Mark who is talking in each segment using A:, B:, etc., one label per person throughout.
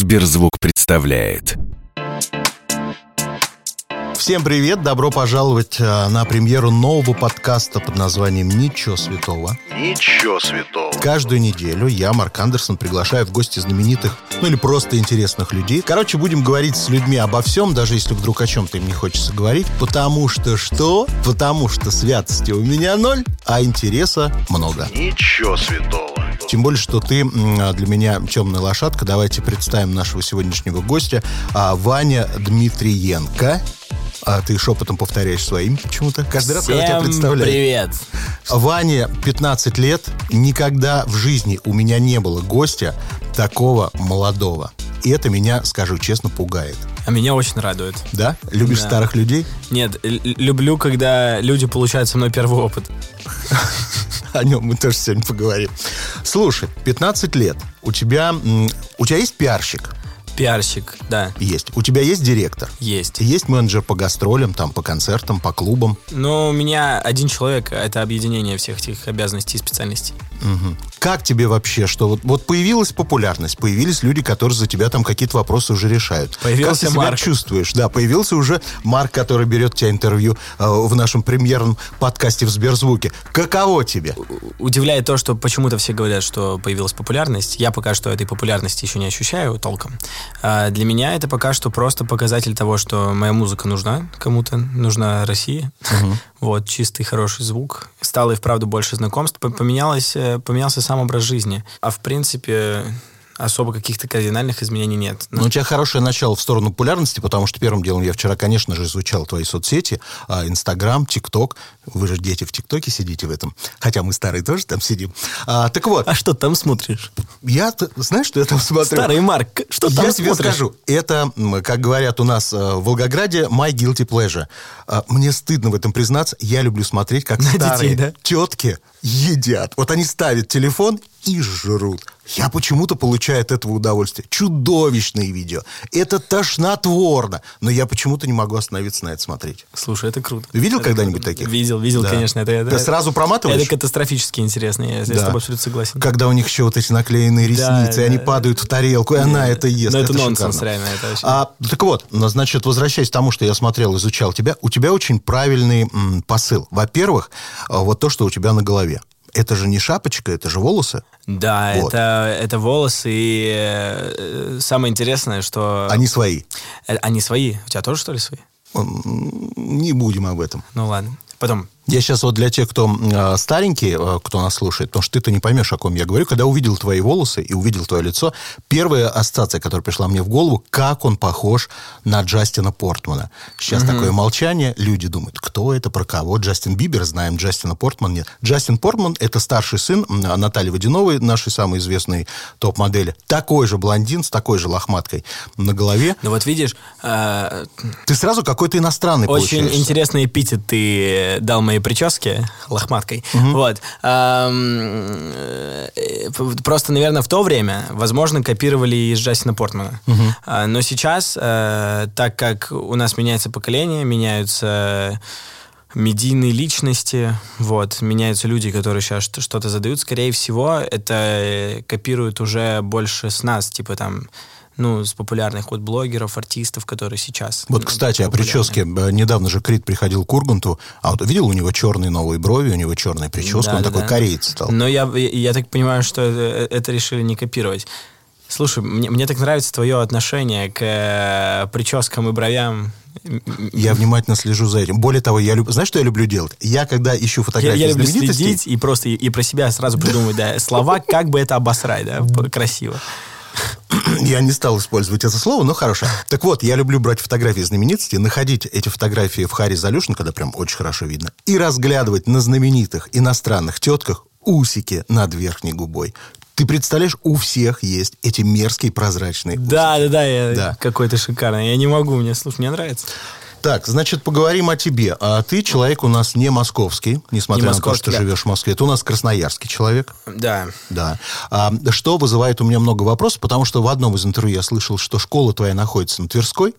A: Сберзвук представляет.
B: Всем привет! Добро пожаловать э, на премьеру нового подкаста под названием «Ничего святого».
C: Ничего святого.
B: Каждую неделю я, Марк Андерсон, приглашаю в гости знаменитых, ну или просто интересных людей. Короче, будем говорить с людьми обо всем, даже если вдруг о чем-то им не хочется говорить. Потому что что? Потому что святости у меня ноль, а интереса много.
C: Ничего святого.
B: Тем более, что ты м, а, для меня темная лошадка. Давайте представим нашего сегодняшнего гостя а, Ваня Дмитриенко. А ты шепотом повторяешь своим почему-то. Каждый раз, когда тебя
D: Всем
B: представляют.
D: привет.
B: Ване 15 лет. Никогда в жизни у меня не было гостя такого молодого. И это меня, скажу честно, пугает.
D: А меня очень радует.
B: Да? Любишь
D: Да.
B: старых людей?
D: Нет, л- люблю, когда люди получают со мной первый опыт.
B: О нем мы тоже сегодня поговорим. Слушай, 15 лет. У тебя, м, у тебя есть пиарщик?
D: Пиарщик, да,
B: Есть. У тебя есть директор?
D: есть.
B: Есть менеджер по гастролям, там, по концертам, по клубам.
D: Но у меня один человек, а это объединение всех этих обязанностей и специальностей.
B: Мгм. Как тебе вообще, что вот, вот появилась популярность, появились люди, которые за тебя там какие-то вопросы уже решают. как
D: Появился
B: ты себя
D: Марк.
B: чувствуешь? Да, появился уже Марк, который берет тебя интервью э, в нашем премьерном подкасте в Сберзвуке. Каково тебе?
D: У- Удивляет то, что почему-то все говорят, что появилась популярность. Я пока что этой популярности еще не ощущаю толком. А для меня это пока что просто показатель того, что моя музыка нужна кому-то, нужна России. Вот, чистый, хороший звук. Стало и вправду больше знакомств. П- Поменялось, э, поменялся сам образ жизни. А в принципе, особо каких-то кардинальных изменений нет.
B: Ну, у тебя хорошее начало в сторону популярности, потому что первым делом я вчера, конечно же, изучал твои соцсети, а, Инстаграм, ТикТок. Вы же дети в ТикТоке сидите в этом. Хотя мы старые тоже там сидим. А, так вот,
D: А что там смотришь?
B: я... Знаешь, что я там смотрю?
D: Старый Марк, что там
B: я тебе
D: смотришь?
B: скажу, это, м, как говорят у нас э, в Волгограде, my guilty pleasure. Э, Мне стыдно в этом признаться, я люблю смотреть, как
D: На
B: старые
D: детей, да?
B: тетки едят. Вот они ставят телефон и жрут. Я почему-то получаю от этого удовольствие. Чудовищные видео. Это тошнотворно. Но я почему-то не могу остановиться на это смотреть.
D: Слушай, это круто.
B: Ты видел
D: Это
B: когда-нибудь
D: круто.
B: таких?
D: Видел, видел,
B: Да.
D: конечно. Это, это-
B: Ты сразу проматываешь?
D: Это катастрофически интересно, я, я с
B: Да.
D: тобой абсолютно согласен.
B: Когда у них еще вот эти наклеенные
D: Да,
B: ресницы, и они
D: да.
B: падают в тарелку, и она это ест.
D: Ну, это нонсенс,
B: шикарно.
D: реально, это вообще.
B: А, так вот, ну, значит, возвращаясь к тому, что я смотрел, изучал тебя, у тебя очень правильный м, посыл. Во-первых, а, вот то, что у тебя на голове. Это же не шапочка, это же волосы.
D: Да,
B: Вот.
D: это, это волосы, и э, самое интересное, что...
B: Они свои.
D: Э, Они свои. У тебя тоже, что ли, свои?
B: М, Не будем об этом.
D: Ну, ладно. Потом.
B: Я сейчас вот для тех, кто м, э, старенький, э, кто нас слушает, потому что ты-то не поймешь, о ком я говорю. Когда увидел твои волосы и увидел твое лицо, первая ассоциация, которая пришла мне в голову, как он похож на Джастина Портмана. Сейчас такое молчание, люди думают, кто это, про кого? Джастин Бибер, знаем, Джастина Портман нет. Джастин Портман – это старший сын м, Натальи Водяновой, нашей самой известной топ-модели. Такой же блондин с такой же лохматкой на голове.
D: Ну, вот видишь, э,
B: Ты сразу какой-то иностранный
D: очень
B: получаешься.
D: интересный эпитет ты э, дал моей прическе, лохматкой. Вот. Эм, э, Просто, наверное, в то время, возможно, копировали из Джастина Портмана. А, Но сейчас, э, так как у нас меняется поколение, меняются медийные личности, вот, меняются люди, которые сейчас что-то задают, скорее всего, это э, копируют уже больше с нас, типа там, ну, с популярных вот блогеров, артистов, которые сейчас.
B: Вот,
D: ну,
B: кстати, о
D: популярны.
B: прическе. Э, Недавно же Крид приходил к Урганту, а вот видел у него черные новые брови, у него черная прическа,
D: Да,
B: он
D: да,
B: такой
D: да. Ну,
B: кореец стал.
D: Но я, я, я так понимаю, что это, это решили не копировать. Слушай, мне, мне так нравится твое отношение к э, прическам и бровям. М- м-
B: Я внимательно слежу за этим. Более того, я люб... знаешь, что я люблю делать? Я, когда ищу
D: Я,
B: фотографии
D: я люблю
B: знаменитостей,
D: следить и просто и, и про себя сразу придумывать да, слова, как бы это обосрать, да, п- красиво.
B: я не стал использовать это слово, но хорошо. Так вот, я люблю брать фотографии знаменитостей, находить эти фотографии в Харе Залюшин, когда прям очень хорошо видно, и разглядывать на знаменитых иностранных тетках усики над верхней губой. Ты представляешь, у всех есть эти мерзкие прозрачные
D: Да, да, да, я
B: Да.
D: какой то шикарный. Я не могу, мне, слушай, мне нравится.
B: Так, значит, поговорим о тебе. А ты человек у нас не московский, несмотря
D: Не
B: на то, что
D: московский, да.
B: живешь в Москве. Ты у нас красноярский человек.
D: Да.
B: Да. А, что вызывает у меня много вопросов, потому что в одном из интервью я слышал, что школа твоя находится на Тверской.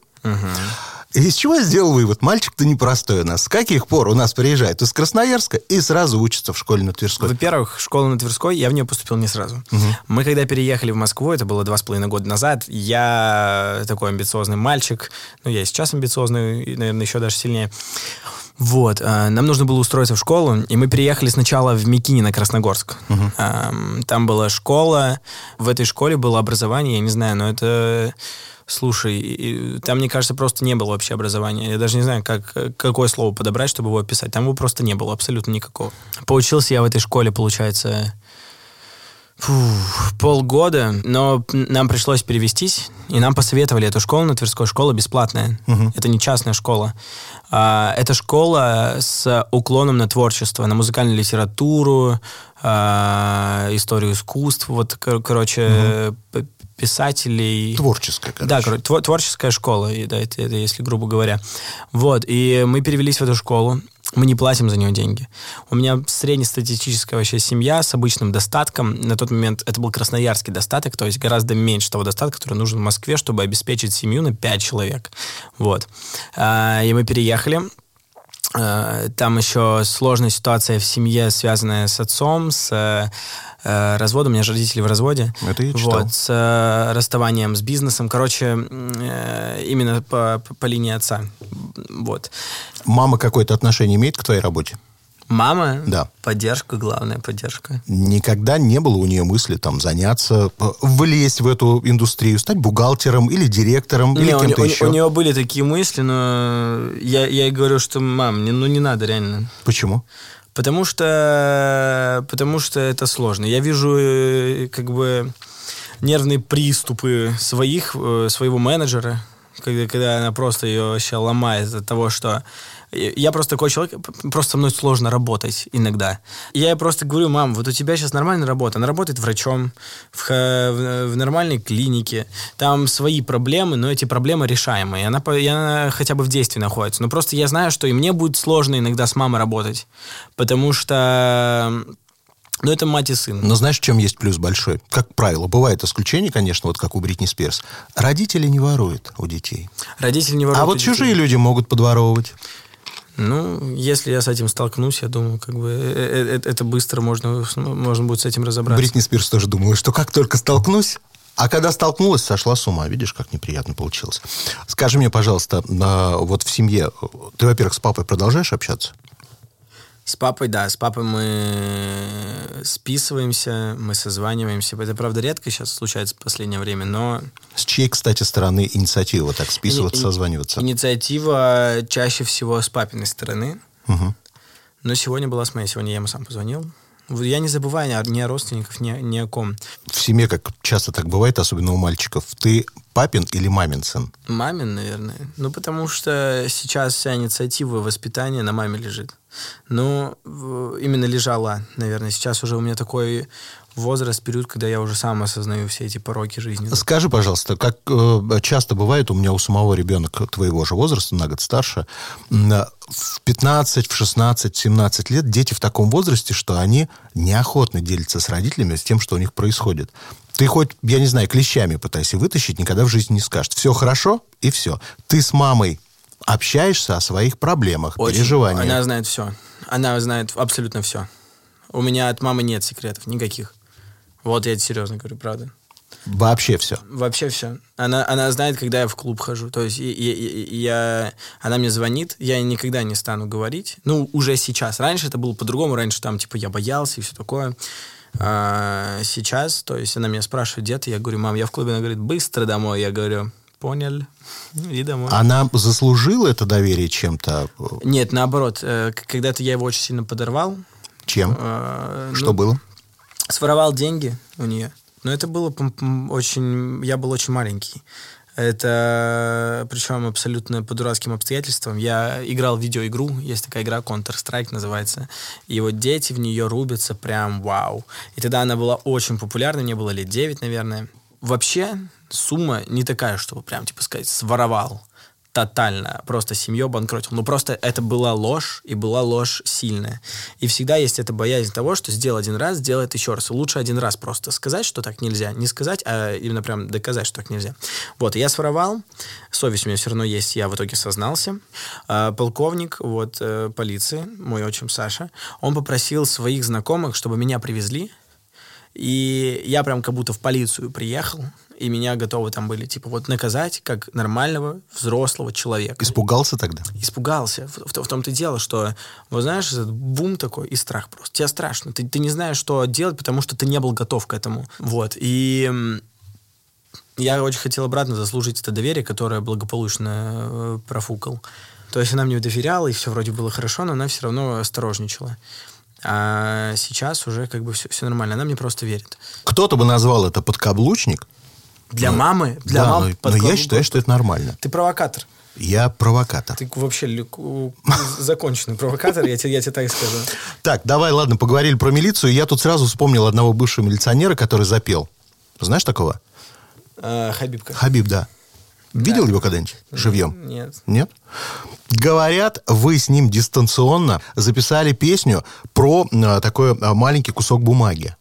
B: Из чего я сделал вывод? Мальчик-то непростой у нас. С каких пор у нас приезжает из Красноярска и сразу учится в школе на Тверской?
D: Во-первых, школа на Тверской, я в нее поступил не сразу. Мы когда переехали в Москву, это было два с половиной года назад, я такой амбициозный мальчик, ну, я и сейчас амбициозный, и, наверное, еще даже сильнее. Вот, э, нам нужно было устроиться в школу, и мы переехали сначала в Микини на Красногорск. Эм, Там была школа, в этой школе было образование, я не знаю, но это... Слушай, и- и там, мне кажется, просто не было вообще образования. Я даже не знаю, как, какое слово подобрать, чтобы его описать. Там его просто не было, абсолютно никакого. Поучился я в этой школе, получается, фу, полгода, но нам пришлось перевестись, и нам посоветовали эту школу на Тверской. Школа бесплатная. Это не частная школа. А, это школа с уклоном на творчество, на музыкальную литературу, а, историю искусств, вот, кор- короче, п- писателей.
B: Творческая, короче.
D: Да, короче, твор- творческая школа, и, да, это, это если грубо говоря. Вот, и мы перевелись в эту школу, мы не платим за нее деньги. У меня среднестатистическая вообще семья с обычным достатком. На тот момент это был красноярский достаток, то есть гораздо меньше того достатка, который нужен в Москве, чтобы обеспечить семью на 5 человек. Вот. А, И мы переехали. Э, Там еще сложная ситуация в семье, связанная с отцом, с э, э, разводом. У меня же родители в разводе.
B: Это я читал.
D: Вот, с э, расставанием с бизнесом. Короче, м, э, именно по, по- по линии отца. Вот.
B: Мама какое-то отношение имеет к твоей работе?
D: Мама,
B: Да.
D: поддержка, главная поддержка.
B: Никогда не было у нее мысли там заняться, э, влезть в эту индустрию, стать бухгалтером или директором,
D: Не,
B: или
D: у,
B: кем-то
D: не- у-
B: еще.
D: у нее были такие мысли, но я, я ей говорю, что мам, не, ну не надо реально.
B: Почему?
D: Потому что, потому что это сложно. Я вижу э, как бы нервные приступы своих, э, своего менеджера, когда, когда она просто ее вообще ломает от того, что... Я я просто такой человек, п- просто со мной сложно работать иногда. Я ей просто говорю, мам, вот у тебя сейчас нормальная работа. Она работает врачом в, ха- в- в нормальной клинике. Там свои проблемы, но эти проблемы решаемые. Она, по- и она хотя бы в действии находится. Но просто я знаю, что и мне будет сложно иногда с мамой работать. Потому что... Ну, это мать и сын.
B: Но знаешь, в чем есть плюс большой? Как правило, бывает исключение, конечно, вот как у Бритни Спирс. Родители не воруют у детей.
D: Родители не воруют.
B: А вот
D: у детей.
B: чужие люди могут подворовывать.
D: Ну, если я с этим столкнусь, я думаю, как бы э, э, э, это быстро можно, можно будет с этим разобраться.
B: Бритни Спирс тоже думала, что как только столкнусь, а когда столкнулась, сошла с ума. Видишь, как неприятно получилось. Скажи мне, пожалуйста, а, вот в семье, ты, во-первых, с папой продолжаешь общаться?
D: С папой, да, с папой мы списываемся, мы созваниваемся. Это, правда, редко сейчас случается в последнее время, но
B: С чьей, кстати, стороны инициатива вот так списываться,
D: ини-
B: созваниваться?
D: инициатива чаще всего с папиной стороны. Но сегодня была с моей, сегодня я ему сам позвонил. Вот Я не забываю ни о- ни о родственниках, ни, о- ни о ком.
B: В семье, как часто так бывает, особенно у мальчиков, ты папин или мамин сын?
D: Мамин, наверное. Ну, потому что сейчас вся инициатива воспитания на маме лежит. Ну, в- именно лежала, наверное. Сейчас уже у меня такой возраст, период, когда я уже сам осознаю все эти пороки жизни.
B: Скажи, пожалуйста, как э, часто бывает у меня у самого ребенка твоего же возраста, на год старше, м, э, в 15, в 16, 17 лет дети в таком возрасте, что они неохотно делятся с родителями с тем, что у них происходит. Ты хоть, я не знаю, клещами пытайся вытащить, никогда в жизни не скажешь. Все хорошо, и все. Ты с мамой общаешься о своих проблемах,
D: Очень.
B: переживаниях.
D: Она знает все. Она знает абсолютно все. У меня от мамы нет секретов никаких. Вот я это серьезно говорю, правда.
B: Вообще все.
D: Вообще все. Она, она знает, когда я в клуб хожу. То есть и- и- и- и я, она мне звонит, я ей никогда не стану говорить. Ну, уже сейчас. Раньше это было по-другому. Раньше там, типа, я боялся и все такое. А, сейчас, то есть она меня спрашивает, где ты? Я говорю, мам, я в клубе. Она говорит, быстро домой. Я говорю, понял. И домой.
B: Она заслужила это доверие чем-то? э,
D: Нет, наоборот. э, к- Когда-то я его очень сильно подорвал.
B: Чем?
D: Э,
B: Что
D: ну,
B: было?
D: своровал деньги у нее. Но это было пом- пом- очень... Я был очень маленький. Это причем абсолютно по дурацким обстоятельствам. Я играл в видеоигру, есть такая игра Counter-Strike называется. И вот дети в нее рубятся прям вау. И тогда она была очень популярна, мне было лет 9, наверное. Вообще сумма не такая, чтобы прям, типа сказать, своровал. тотально. Просто семью банкротил. Ну, просто это была ложь, и была ложь сильная. И всегда есть эта боязнь того, что сделал один раз, сделай это еще раз. Лучше один раз просто сказать, что так нельзя. Не сказать, а именно прям доказать, что так нельзя. Вот, я своровал. Совесть у меня все равно есть. Я в итоге сознался. А, полковник вот э, полиции, мой отчим Саша, он попросил своих знакомых, чтобы меня привезли. И я прям как будто в полицию приехал, и меня готовы там были, типа, вот наказать как нормального взрослого человека.
B: Испугался тогда?
D: Испугался. В, в- в том-то и дело, что, вот знаешь, этот бум такой и страх просто. Тебе страшно. Ты, ты не знаешь, что делать, потому что ты не был готов к этому. Вот. И м, я очень хотел обратно заслужить это доверие, которое благополучно э, профукал. То есть она мне доверяла, и все вроде было хорошо, но она все равно осторожничала. А сейчас уже как бы все, все нормально. Она мне просто верит.
B: Кто-то бы назвал это подкаблучник.
D: Для мамы, для
B: Ну, да,
D: мам
B: но- но,
D: подкаблук-
B: я считаю, что это нормально.
D: Ты провокатор.
B: Я провокатор.
D: Ты вообще лю- ку- законченный провокатор, я тебе, я тебе так скажу.
B: Так, давай, ладно, поговорили про милицию. Я тут сразу вспомнил одного бывшего милиционера, который запел. Знаешь такого?
D: А, Хабибка.
B: Хабиб, да. Видел его когда-нибудь живьем?
D: Нет.
B: Нет? Говорят, вы с ним дистанционно записали песню про э, такой э, маленький кусок бумаги,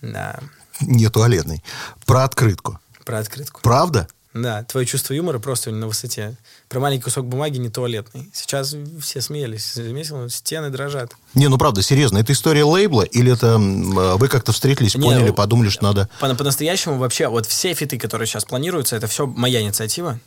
D: Да.
B: не туалетный, про открытку.
D: Про открытку.
B: Правда?
D: Да, твое чувство юмора просто на высоте. Про маленький кусок бумаги не туалетный. Сейчас все смеялись. Заметил, стены дрожат.
B: Не, ну правда, серьезно, это история лейбла или это м, э, вы как-то встретились,
D: Не,
B: поняли,
D: ну,
B: подумали, что надо...
D: По- По-настоящему вообще вот все фиты, которые сейчас планируются, это все моя инициатива.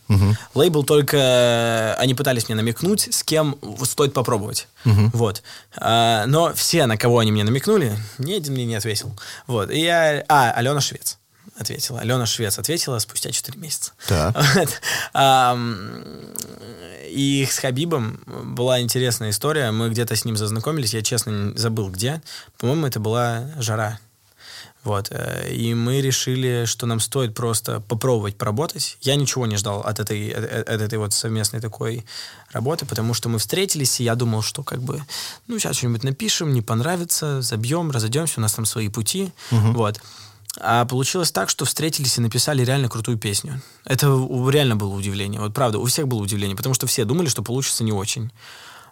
D: Лейбл только... э, Они пытались мне намекнуть, с кем в- стоит попробовать. Вот. А, но все, на кого они мне намекнули, ни один мне не ответил. Вот. И я... А, Алена Швец ответила. Алена Швец ответила спустя 4 месяца.
B: Так.
D: Вот. Ам, И с Хабибом была интересная история. Мы где-то с ним зазнакомились, я честно не- забыл где. По-моему, это была жара. Вот. э, И мы решили, что нам стоит просто попробовать поработать. Я ничего не ждал от этой, от, от этой вот совместной такой работы, потому что мы встретились, и я думал, что как бы, ну, сейчас что-нибудь напишем, не понравится, забьем, разойдемся, у нас там свои пути. Вот. А получилось так, что встретились и написали реально крутую песню. Это у- реально было удивление. Вот правда, у всех было удивление, потому что все думали, что получится не очень.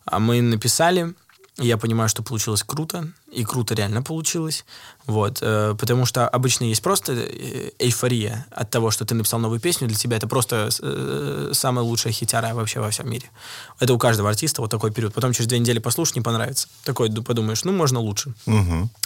D: А мы написали, и я понимаю, что получилось круто, и круто реально получилось. Вот, э, потому что обычно есть просто э, эйфория от того, что ты написал новую песню, для тебя это просто э, самая лучшая хитяра вообще во всем мире. Это у каждого артиста вот такой период. Потом через две недели послушаешь, не понравится. Такой ду- подумаешь, ну, можно лучше.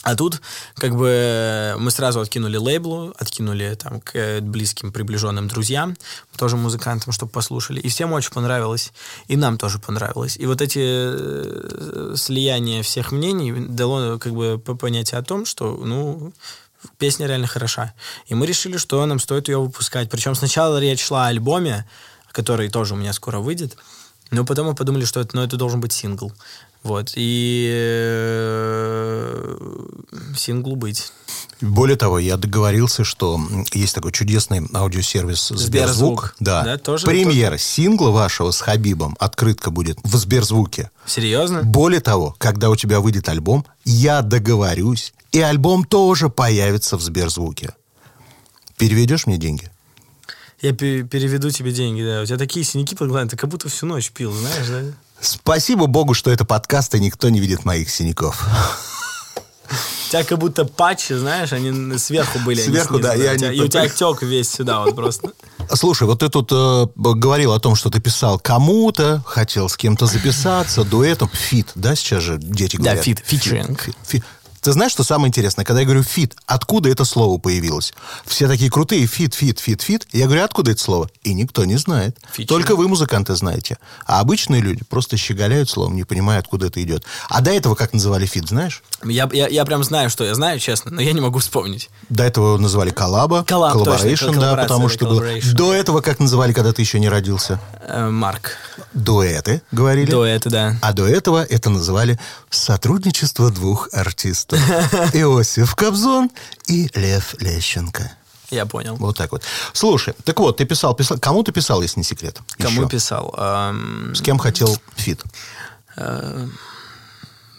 D: А тут как бы мы сразу откинули лейблу, откинули там к э, близким, приближенным друзьям, тоже музыкантам, чтобы послушали. И всем очень понравилось, и нам тоже понравилось. И вот эти э, слияния всех мнений дало как бы по- понятие о том, что ну песня реально хороша. И мы решили, что нам стоит ее выпускать. Причем сначала речь шла о альбоме, который тоже у меня скоро выйдет. Но потом мы подумали, что это, ну, это должен быть сингл. Вот. И э, синглу быть.
B: Более того, я договорился, что м, есть такой чудесный аудиосервис Сберзвук.
D: Сберзвук.
B: Да.
D: Да, тоже-
B: Премьера сингла вашего с Хабибом, открытка будет в Сберзвуке.
D: Серьезно?
B: Более того, когда у тебя выйдет альбом, я договорюсь, и альбом тоже появится в Сберзвуке. Переведешь мне деньги?
D: Я пе- переведу тебе деньги, да. У тебя такие синяки под глазами, ты как будто всю ночь пил, знаешь, да?
B: Спасибо богу, что это подкаст, и никто не видит моих синяков.
D: У тебя как будто патчи, знаешь, они н- сверху были. а не
B: Сверху,
D: снизу,
B: да, и
D: У
B: они
D: тебя- И у
B: под-
D: тебя тек весь сюда вот просто.
B: Слушай, вот ты тут э, б- говорил о том, что ты писал кому-то, хотел с кем-то записаться, дуэтом. Фит, да, сейчас же дети
D: Да,
B: говорят?
D: фит, фичеринг.
B: Фит, фит. Ты знаешь, что самое интересное? Когда я говорю «фит», откуда это слово появилось? Все такие крутые «фит, фит, фит, фит». Я говорю, откуда это слово? И никто не знает.
D: Фичеринг.
B: Только вы, музыканты, знаете. А обычные люди просто щеголяют словом, не понимая, откуда это идет. А до этого как называли «фит», знаешь?
D: Я, я, я прям знаю, что я знаю, честно, но я не могу вспомнить.
B: До этого его называли коллаба,
D: Коллаб, точно,
B: коллаборейшн, да,
D: коллаборация,
B: потому
D: да,
B: что было.
D: коллаборейшн.
B: До этого как называли, когда ты еще не родился?
D: Э, Марк.
B: Дуэты, говорили.
D: До это, да.
B: А до этого это называли сотрудничество двух артистов. Иосиф Кобзон и Лев Лещенко.
D: Я понял.
B: Вот так вот. Слушай, так вот, ты писал, писал. Кому ты писал, если не секрет?
D: Кому
B: Еще.
D: писал? Эм,
B: С кем хотел фит?
D: э,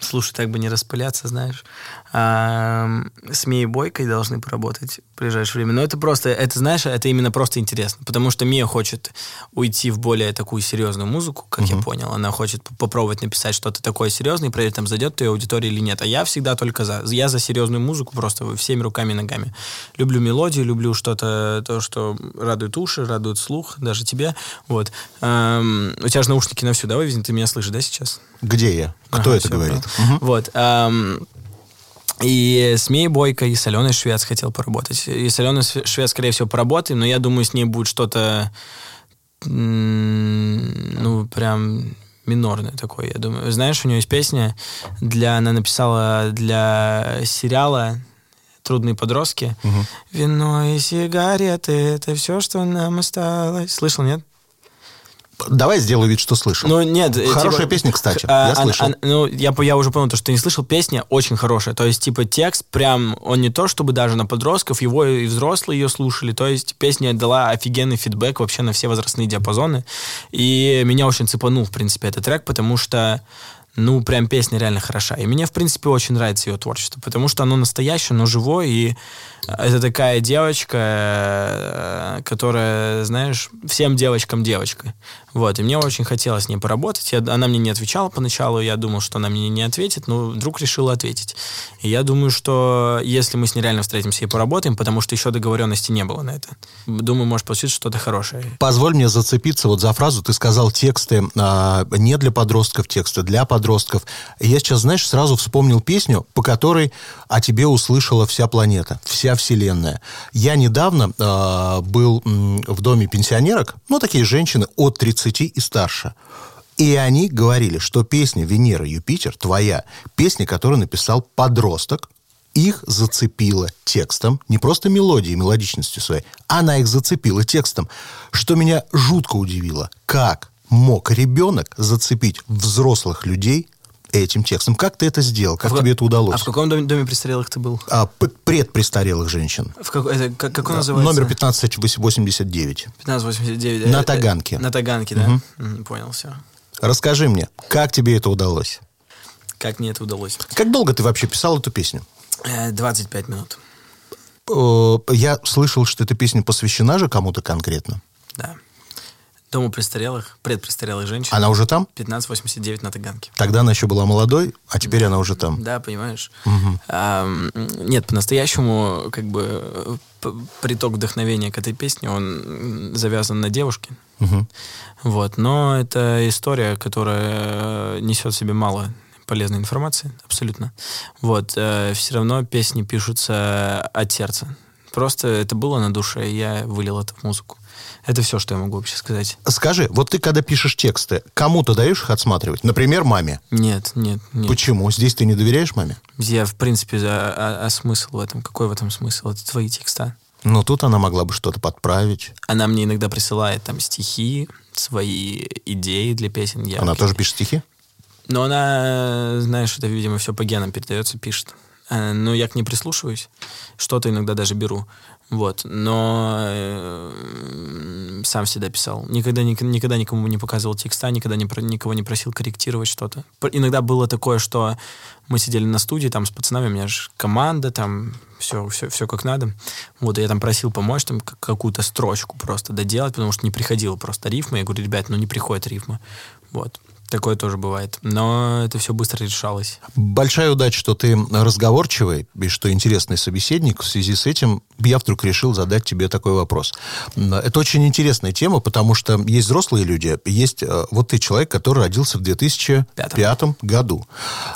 D: Слушай, так бы не распыляться, знаешь. А, с Мией Бойкой должны поработать в ближайшее время. Но это просто, это, знаешь, это именно просто интересно. Потому что Мия хочет уйти в более такую серьезную музыку, как я понял. Она хочет п- попробовать написать что-то такое серьезное и проверить, там, зайдет твоя аудитория или нет. А я всегда только за. Я за серьезную музыку просто всеми руками и ногами. Люблю мелодию, люблю что-то, то, что радует уши, радует слух, даже тебя. Вот. Ам, у тебя же наушники на всю, да, вывезены? Ты меня слышишь, да, сейчас?
B: Где я? Кто
D: Ага,
B: это
D: всё,
B: говорит?
D: понял. Вот. ам, и с Мией Бойко, и с Аленой Швец хотел поработать. И с Аленой Св- Швец, скорее всего, поработаем, но я думаю, с ней будет что-то, м, ну, прям минорное такое, я думаю. Знаешь, у нее есть песня, для, она написала для сериала «Трудные подростки». Вино и сигареты — это все, что нам осталось. Слышал, нет?
B: Давай сделаю вид, что слышал.
D: Ну, нет. э,
B: Хорошая
D: типа,
B: песня, кстати.
D: а,
B: я
D: ан-
B: слышал.
D: ан- ну, я, по- я уже понял, то, что ты не слышал, песня очень хорошая. То есть, типа, текст прям, он не то, чтобы даже на подростков, его и взрослые ее слушали. То есть, песня дала офигенный фидбэк вообще на все возрастные диапазоны. И меня очень цепанул, в принципе, этот трек, потому что ну, прям песня реально хороша. И мне, в принципе, очень нравится ее творчество, потому что оно настоящее, оно живое, и э, это такая девочка, э, которая, знаешь, всем девочкам девочка. Вот, и мне очень хотелось с ней поработать. Я- она мне не отвечала поначалу, я думал, что она мне не ответит, но вдруг решила ответить. И я думаю, что если мы с ней реально встретимся и поработаем, потому что еще договоренности не было на это, думаю, может получиться что-то хорошее.
B: Позволь мне зацепиться вот за фразу. Ты сказал тексты а, не для подростков, тексты для подростков. Я сейчас, знаешь, сразу вспомнил песню, по которой о тебе услышала вся планета, вся вселенная. Я недавно а, был м, в доме пенсионерок, ну, такие женщины от 30 и старше. И они говорили, что песня «Венера, Юпитер» твоя, песня, которую написал подросток, их зацепила текстом, не просто мелодией, мелодичностью своей, она их зацепила текстом, что меня жутко удивило. Как мог ребенок зацепить взрослых людей этим текстом? Как ты это сделал? Как
D: А в-
B: тебе это
D: А
B: удалось?
D: в каком доме, доме престарелых ты был?
B: А, п- предпрестарелых женщин.
D: В как, это, как, как он называется?
B: Номер 1589.
D: 1589.
B: На
D: Э, э,
B: Таганке.
D: На Таганке, да? М, Понял, все.
B: Расскажи мне, как тебе это удалось?
D: Как мне это удалось?
B: Как долго ты вообще писал эту песню?
D: Э, 25 минут,
B: Э, Я слышал, что эта песня посвящена же кому-то конкретно.
D: да. Дому престарелых, предпрестарелых женщин.
B: Она уже там?
D: 1589 на Таганке.
B: Тогда она еще была молодой, а теперь она уже там.
D: Да, понимаешь. Ам, нет, по-настоящему, как бы, э, п- приток вдохновения к этой песне, он м, завязан на девушке. Вот, но это история, которая э, несет в себе мало полезной информации, абсолютно. Вот, все равно песни пишутся от сердца. Просто это было на душе, и я вылил это в музыку. Это все, что я могу вообще сказать.
B: Скажи, вот ты когда пишешь тексты, кому-то даешь их отсматривать? Например, маме.
D: Нет, нет, нет.
B: Почему? Здесь ты не доверяешь маме?
D: Я, в принципе, за- а, а смысл в этом? Какой в этом смысл? Это твои текста.
B: Но Ну, тут она могла бы что-то подправить.
D: Она мне иногда присылает там стихи, свои идеи для песен. Я
B: Она
D: окей.
B: тоже пишет стихи?
D: Но она, знаешь, это, видимо, все по генам передается, пишет. Э, Но я к ней прислушиваюсь, что-то иногда даже беру. Вот. Но э, сам всегда писал. Никогда, ник- никогда никому не показывал текста, никогда не про- никого не просил корректировать что-то. Пр- Иногда было такое, что мы сидели на студии там с пацанами, у меня же команда, там все, все, все как надо. Вот, и я там просил помочь там к- какую-то строчку просто доделать, потому что не приходила просто рифма. Я говорю, ребят, ну не приходит рифма. Вот. Такое тоже бывает. Но это все быстро решалось.
B: Большая удача, что ты разговорчивый и что интересный собеседник. В связи с этим я вдруг решил задать тебе такой вопрос. М, Это очень интересная тема, потому что есть взрослые люди, есть э, вот ты человек, который родился в 2005 году.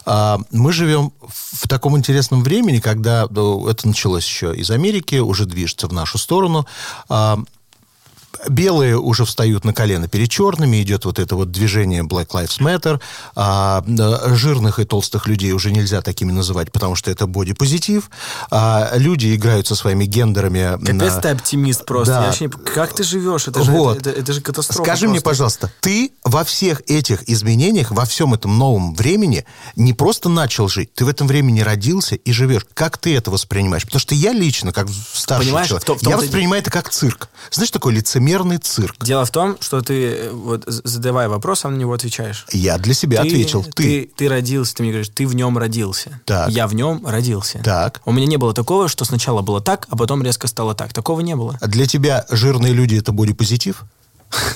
B: А, Мы живем в таком интересном времени, когда э, это началось еще из Америки, уже движется в нашу сторону. А, белые уже встают на колено перед черными, идет вот это вот движение Black Lives Matter, а, э, жирных и толстых людей уже нельзя такими называть, потому что это бодипозитив, а, люди играют со своими гендерами.
D: Капец
B: на-
D: ты оптимист просто.
B: Да.
D: Я вообще не п- Как ты живешь? Это же,
B: Вот.
D: это, это- это же катастрофа.
B: Скажи мне,
D: просто.
B: пожалуйста, ты во всех этих изменениях, во всем этом новом времени не просто начал жить, ты в этом времени родился и живешь. Как ты это воспринимаешь? Потому что я лично, как старший
D: Понимаешь,
B: человек,
D: в том- в
B: я
D: том-то и-
B: воспринимаю это как цирк. Знаешь, такое Высокомерный цирк.
D: Дело в том, что ты, э, вот, з- задавая вопрос, а на него отвечаешь.
B: Я для себя ответил. Ты.
D: ты. Ты родился, ты мне говоришь, ты в нем родился.
B: Так.
D: Я в нем родился.
B: Так.
D: У меня не было такого, что сначала было так, а потом резко стало так. Такого не было.
B: А Для тебя жирные люди это бодипозитив?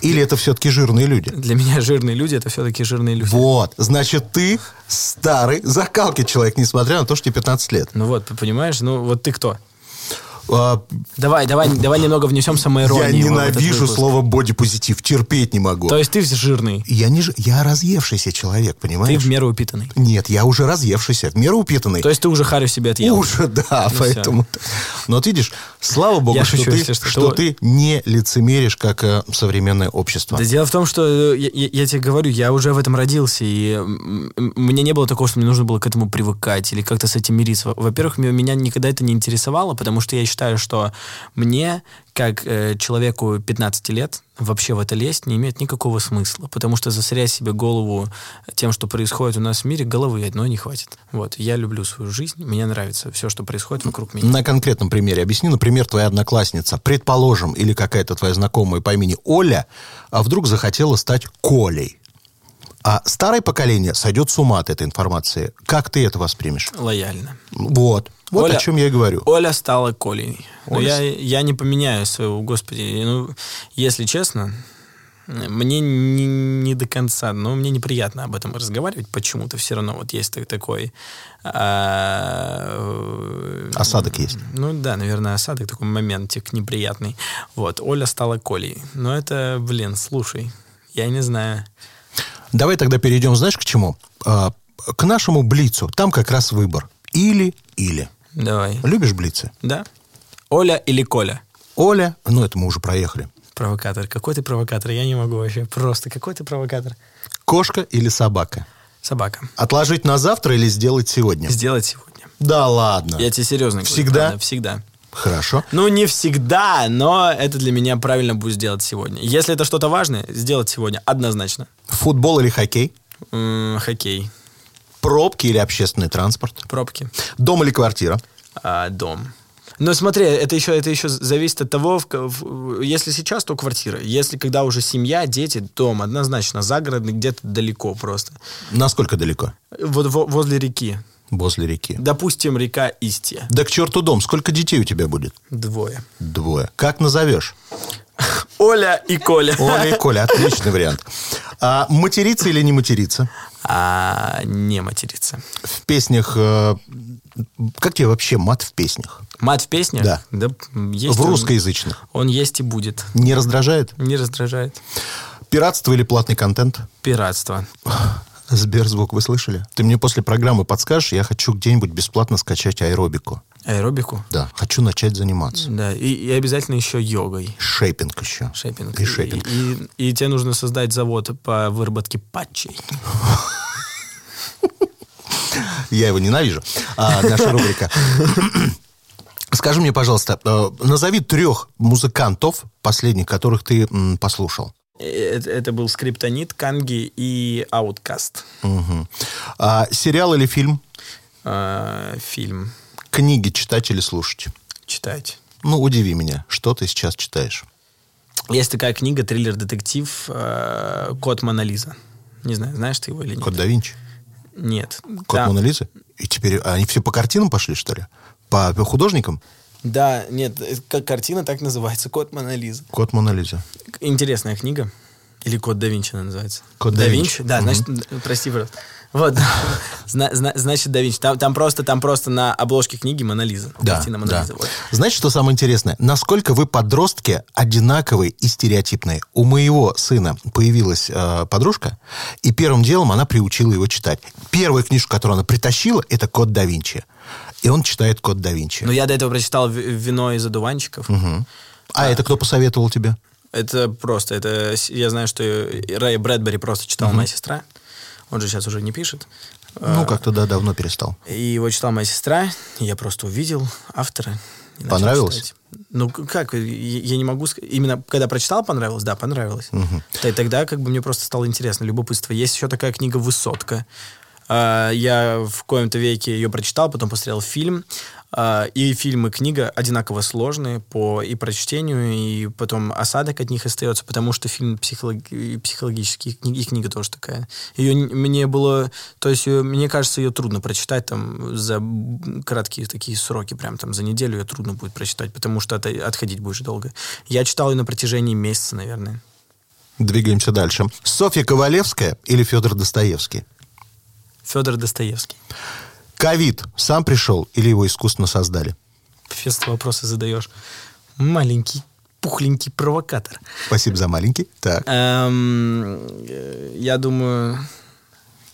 B: Или это все-таки жирные люди?
D: Для меня жирные люди это все-таки жирные люди.
B: Вот. Значит, ты старый, закалки человек, несмотря на то, что тебе 15 лет.
D: Ну вот, понимаешь, ну вот ты кто?
B: А,
D: Давай, давай, давай немного внесем самоиронии.
B: Я
D: в этот
B: ненавижу
D: выпуск.
B: слово бодипозитив, терпеть не могу.
D: То есть ты жирный,
B: Я не ж- я разъевшийся человек,
D: ты
B: понимаешь?
D: в меру упитанный.
B: Нет, я уже разъевшийся, в меру упитанный.
D: То есть ты уже харю себе отъел.
B: Уже, да,
D: Ну,
B: поэтому. Но вот видишь, слава богу,
D: Я
B: что,
D: шучу,
B: ты,
D: если что.
B: что
D: Ты-
B: ты не лицемеришь, как э, современное общество.
D: Да дело в том, что э, я, я- я тебе говорю, я уже в этом родился, и м, м, мне не было такого, что мне нужно было к этому привыкать или как-то с этим мириться. Во- Во-первых, ме- меня никогда это не интересовало, потому что я считаю, что мне, как э, человеку 15 лет, вообще в это лезть не имеет никакого смысла, потому что засорять себе голову тем, что происходит у нас в мире, головы одной не хватит. Вот, я люблю свою жизнь, мне нравится все, что происходит вокруг меня.
B: На конкретном примере объясни, например, твоя одноклассница, предположим, или какая-то твоя знакомая по имени Оля, а вдруг захотела стать Колей. А старое поколение сойдет с ума от этой информации. Как ты это воспримешь?
D: Лояльно.
B: Вот. Вот
D: Оля-
B: о чем я и говорю.
D: Оля стала Колей. Но
B: Оля
D: я, я не поменяю своего, господи. Ну, если честно, мне не, не до конца, но мне неприятно об этом разговаривать почему-то все равно. Вот есть так- такой... а, э,
B: Осадок есть.
D: ну да, наверное, осадок, такой моментик неприятный. Вот, Оля стала Колей. Но это, блин, слушай, я не знаю.
B: Давай тогда перейдем, знаешь, к чему? А, К нашему блицу. Там как раз выбор. Или-или.
D: Давай.
B: Любишь блицы?
D: Да? Оля или Коля?
B: Оля, ну это мы уже проехали.
D: Провокатор. Какой ты провокатор? Я не могу вообще. Просто какой ты провокатор?
B: Кошка или собака?
D: Собака.
B: Отложить на завтра или сделать сегодня?
D: Сделать сегодня.
B: Да ладно.
D: Я тебе серьезно говорю.
B: Всегда?
D: правда, Всегда.
B: Хорошо.
D: Ну, не всегда, но это для меня правильно будет сделать сегодня. Если это что-то важное, сделать сегодня однозначно.
B: Футбол или хоккей?
D: М, хоккей,
B: Пробки или общественный транспорт?
D: пробки,
B: Дом или квартира?
D: а, дом. Но смотри, это еще, это еще зависит от того, в ка- в- если сейчас, то квартира. Если когда уже семья, дети, дом, однозначно, загородный, где-то далеко просто.
B: Насколько далеко?
D: Вот во- возле реки.
B: Возле реки.
D: Допустим, река Истия.
B: Да к черту дом. Сколько детей у тебя будет?
D: Двое.
B: Двое. Как назовешь?
D: Оля и Коля.
B: Оля и Коля. Отличный вариант. А, материться или не материться?
D: А, не материться.
B: В песнях... э, как тебе вообще мат в песнях?
D: Мат в песнях?
B: Да.
D: м, есть
B: в
D: он.
B: русскоязычных.
D: Он, есть и будет.
B: Не раздражает?
D: Не раздражает.
B: Пиратство или платный контент?
D: Пиратство.
B: Сберзвук, вы слышали? Ты мне после программы подскажешь, я хочу где-нибудь бесплатно скачать аэробику.
D: Аэробику.
B: Да, хочу начать заниматься.
D: Да. И, и обязательно еще йогой.
B: Шейпинг еще.
D: Шейпинг.
B: И шейпинг.
D: И, и- и тебе нужно создать завод по выработке патчей.
B: Я его ненавижу. А, наша рубрика. Скажи мне, пожалуйста, э, назови трех музыкантов, последних которых ты м, послушал.
D: Э, Это, это был скриптонит, канги и ауткаст.
B: Мгм. А, сериал или фильм?
D: А, фильм
B: Книги читать или слушать?
D: читать.
B: Ну, удиви меня, что ты сейчас читаешь?
D: Есть такая книга, триллер-детектив э, «Кот Монолиза». Не знаю, знаешь ты его или нет?
B: Код да Винчи?
D: Нет.
B: Код
D: Там-
B: Мона Лизы? И теперь а, они все по картинам пошли, что ли? По художникам?
D: Да, нет, э, как картина так называется, «Кот Монолиза».
B: Код Мона Лизы.
D: К- Интересная книга. Или «Код да Винчи» она называется.
B: «Код да Винчи».
D: Да, значит, д- прости, брат. Вот, Зна- зна- значит, да Винчи. Там, там просто, там просто на обложке книги Монолиза.
B: Да,
D: Картина
B: да.
D: Монолиза. вот.
B: Знаете, что самое интересное? Насколько вы, подростки, одинаковые и стереотипные. У моего сына появилась э, подружка, и первым делом она приучила его читать. Первая книжка, которую она притащила, это «Код да Винчи». И он читает «Код да Винчи».
D: Но я до этого прочитал «Ви- «Вино из одуванчиков».
B: а это кто посоветовал тебе?
D: Это просто, это с- я знаю, что Рэй Брэдбери просто читала моя сестра. Он же сейчас уже не пишет.
B: Ну, как-то, да, давно перестал.
D: И его читала моя сестра, и я просто увидел автора. и начал
B: Понравилось?
D: читать. Ну, к- как, я- я не могу сказать. Именно когда прочитал, понравилось? Да, понравилось. Т- Тогда как бы мне просто стало интересно, любопытство. Есть еще такая книга «Высотка». Э, Я в коем-то веке ее прочитал, потом посмотрел фильм. Э, И фильм, и книга одинаково сложные по и прочтению, и потом осадок от них остается, потому что фильм психолог- и психологический, и кни- и книга тоже такая. Ее н- мне было... То есть, её- мне кажется, ее трудно прочитать там за б- краткие такие сроки, прям там за неделю ее трудно будет прочитать, потому что от- отходить будешь долго. Я читал ее на протяжении месяца, наверное.
B: Двигаемся дальше. Софья Ковалевская или Федор Достоевский?
D: Федор Достоевский.
B: Ковид сам пришел или его искусственно создали?
D: Профессор, ты вопросы задаешь. Маленький, пухленький провокатор.
B: Спасибо за маленький.
D: Э.
B: Так.
D: Эм, э, я думаю,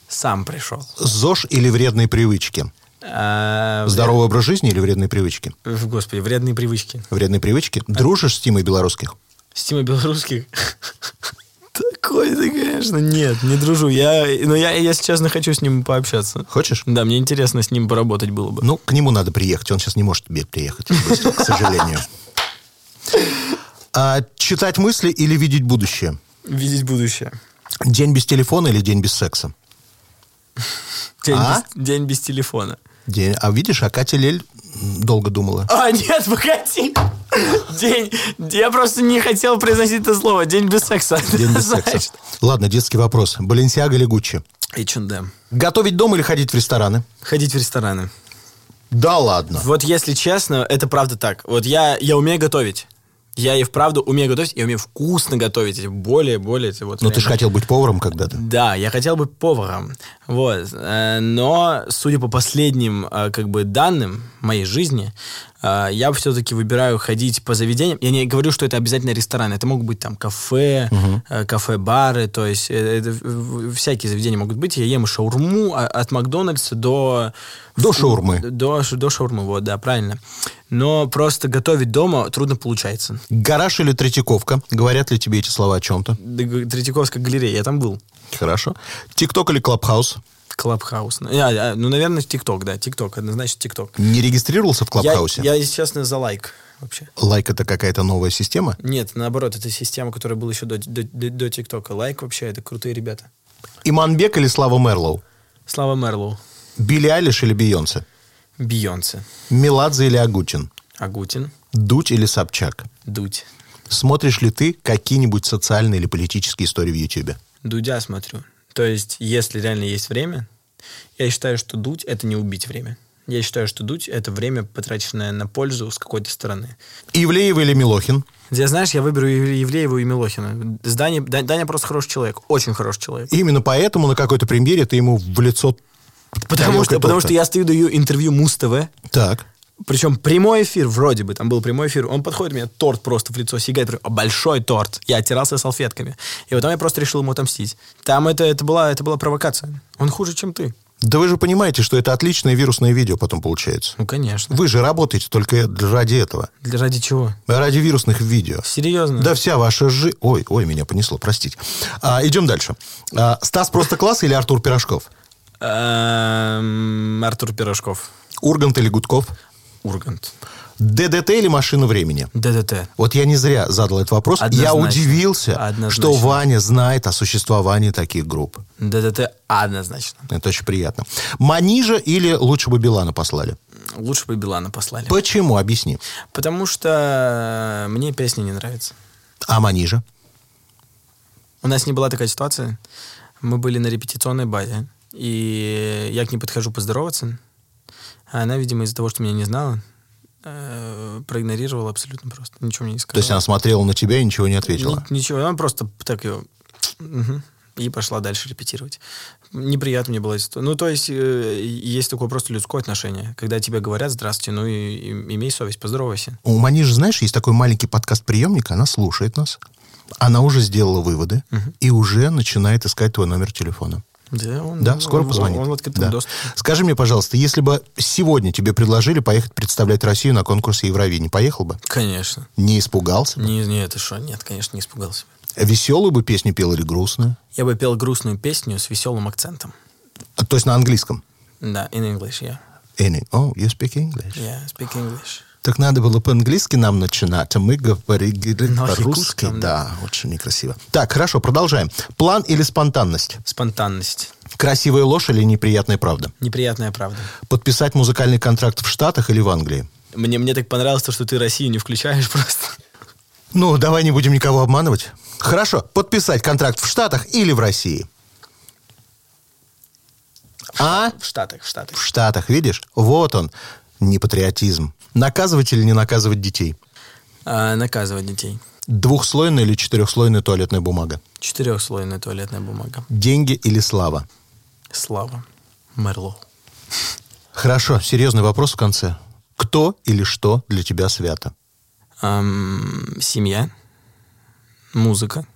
D: сам пришел.
B: ЗОЖ или вредные привычки?
D: А,
B: Здоровый образ жизни или вредные привычки?
D: вред- в- Господи, вредные привычки.
B: Вредные привычки. Дружишь с Тимой Белорусских?
D: Стима белорусских. Такой ты, конечно, нет, не дружу. Я, но я, я сейчас хочу с ним пообщаться.
B: Хочешь?
D: Да, мне интересно с ним поработать было бы.
B: Ну, к нему надо приехать. Он сейчас не может тебе приехать, быстро, к сожалению. А, читать мысли или видеть будущее?
D: Видеть будущее.
B: День без телефона или день без секса?
D: День,
B: А?
D: без, день без телефона.
B: День... А видишь, а Катя Лель долго думала.
D: А, нет, погоди. День. Я просто не хотел произносить это слово. День без секса.
B: День без секса.
D: Значит.
B: Ладно, детский вопрос. Баленсиага или Гуччи?
D: H&M.
B: Готовить дома или ходить в рестораны?
D: Ходить в рестораны.
B: Да ладно.
D: Вот если честно, это правда так. Вот я, я умею готовить. Я и вправду умею готовить, я умею вкусно готовить. Более, более. Вот
B: Ну, ты же
D: реально.
B: хотел быть поваром когда-то.
D: Да, я хотел быть поваром, вот. Э, Но судя по последним, э, как бы данным моей жизни, э, я все-таки выбираю ходить по заведениям. Я не говорю, что это обязательно ресторан, это могут быть там кафе, э, кафе-бары, то есть э, это в- в- всякие заведения могут быть. Я ем и шаурму а- от Макдональдса до
B: До шаурмы.
D: до ш- до шаурмы, вот, да, правильно. Но просто готовить дома трудно получается.
B: Гараж или Третьяковка? Говорят ли тебе эти слова о чем-то?
D: Д- Третьяковская галерея, я там был.
B: Хорошо. ТикТок или Клабхаус?
D: Клабхаус. Ну, а, а, ну, наверное, ТикТок, да, ТикТок, однозначно ТикТок.
B: Не регистрировался в
D: Я,
B: Клабхаусе?
D: я, если честно, за лайк вообще.
B: Лайк это какая-то новая система?
D: Нет, наоборот, это система, которая была еще до, до, до- до ТикТока. Лайк вообще, это крутые ребята.
B: Иманбек или Слава Мерлоу?
D: Слава Мерлоу,
B: Билли Айлиш или Бейонсе?
D: Бейонсе,
B: Меладзе или Агутин?
D: Агутин,
B: Дудь или Собчак?
D: Дудь.
B: Смотришь ли ты какие-нибудь социальные или политические истории в Ютьюбе?
D: Дудя смотрю. То есть, если реально есть время, я считаю, что дуть — это не убить время. Я считаю, что дуть — это время, потраченное на пользу с какой-то стороны.
B: Ивлеева или Милохин?
D: Я, знаешь, я выберу Ев- Евлееву и Милохина. С Даней- Да- Даня просто хороший человек, очень хороший человек.
B: Именно поэтому на какой-то премьере ты ему в лицо...
D: Потому
B: тарелкой
D: что, потому
B: торта.
D: что я стою, даю интервью Муз ТВ.
B: Так.
D: Причем прямой эфир, вроде бы, там был прямой эфир. Он подходит, мне торт просто в лицо сигает. прям, Большой торт. Я оттирался салфетками. И потом я просто решил ему отомстить. Там это, это, была, это была провокация. Он хуже, чем ты.
B: Да вы же понимаете, что это отличное вирусное видео потом получается.
D: Ну, конечно.
B: Вы же работаете только ради этого.
D: Для- Ради чего?
B: Ради вирусных видео.
D: Серьезно?
B: Да вся ваша жизнь... Ой, ой, меня понесло, простите. А, идем дальше. А, Стас просто класс или Артур Пирожков?
D: Эм, Артур Пирожков.
B: Ургант или Гудков?
D: Ургант.
B: ДДТ или машина времени?
D: ДДТ.
B: Вот я не зря задал этот вопрос. Я
D: Однозначно.
B: удивился,
D: Однозначно.
B: что Ваня знает о существовании таких групп.
D: ДДТ однозначно.
B: Это очень приятно. Манижа или лучше бы Билана послали?
D: Лучше бы Билана послали.
B: Почему? Объясни.
D: Потому что мне песня не нравится.
B: А Манижа?
D: У нас не была такая ситуация. Мы были на репетиционной базе, и я к ней подхожу поздороваться. А она, видимо, из-за того, что меня не знала, э, проигнорировала абсолютно просто. Ничего мне не сказала.
B: То есть она смотрела на тебя и ничего не ответила?
D: Ни- ничего, она просто так ее... мгм, И пошла дальше репетировать. Неприятно мне было. эта ситуация. Ну, то есть, э, есть такое просто людское отношение. Когда тебе говорят «здравствуйте», ну, и, и- имей совесть, поздоровайся.
B: У Манижи, знаешь, есть такой маленький подкаст-приемник, она слушает нас. Она уже сделала выводы и уже начинает искать твой номер телефона.
D: Да, он,
B: Да, скоро
D: Ну, он-
B: позвонит.
D: Он, в открытом
B: Да.
D: доступе.
B: Скажи мне, пожалуйста, если бы сегодня тебе предложили поехать представлять Россию на конкурсе Евровидения, поехал бы?
D: Конечно.
B: Не испугался? бы?
D: Не, не, это что? Нет, конечно, не испугался.
B: Веселую бы песню пел или грустную?
D: Я бы пел грустную песню с веселым акцентом.
B: А, То есть на английском?
D: Да, in English, yeah.
B: Any- Oh, you speak English.
D: Yeah, speak English.
B: Так надо было по-английски нам начинать, а мы говорили
D: На
B: по-русски.
D: якутском,
B: Да, очень некрасиво. Так, хорошо, продолжаем. План или спонтанность?
D: Спонтанность.
B: Красивая ложь или неприятная правда?
D: Неприятная правда.
B: Подписать музыкальный контракт в Штатах или в Англии?
D: Мне, мне так понравилось то, что ты Россию не включаешь просто.
B: Ну, давай не будем никого обманывать. Хорошо, подписать контракт в Штатах или в России? А?
D: В Штатах, в
B: В
D: Штатах.
B: Штатах, видишь? Вот он, непатриотизм. Наказывать или не наказывать детей?
D: А, наказывать детей.
B: Двухслойная или четырехслойная туалетная бумага?
D: Четырехслойная туалетная бумага.
B: Деньги или слава?
D: Слава. Мерло.
B: Хорошо, серьезный вопрос в конце. Кто или что для тебя свято?
D: Ам, семья. Музыка.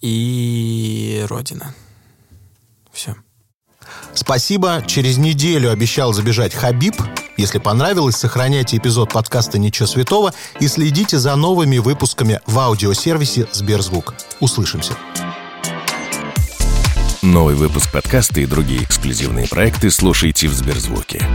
D: И родина. Все.
B: Спасибо. Через неделю обещал забежать Хабиб. Если понравилось, сохраняйте эпизод подкаста «Ничего святого» и следите за новыми выпусками в аудиосервисе «Сберзвук». Услышимся.
A: Новый выпуск подкаста и другие эксклюзивные проекты слушайте в Сберзвуке.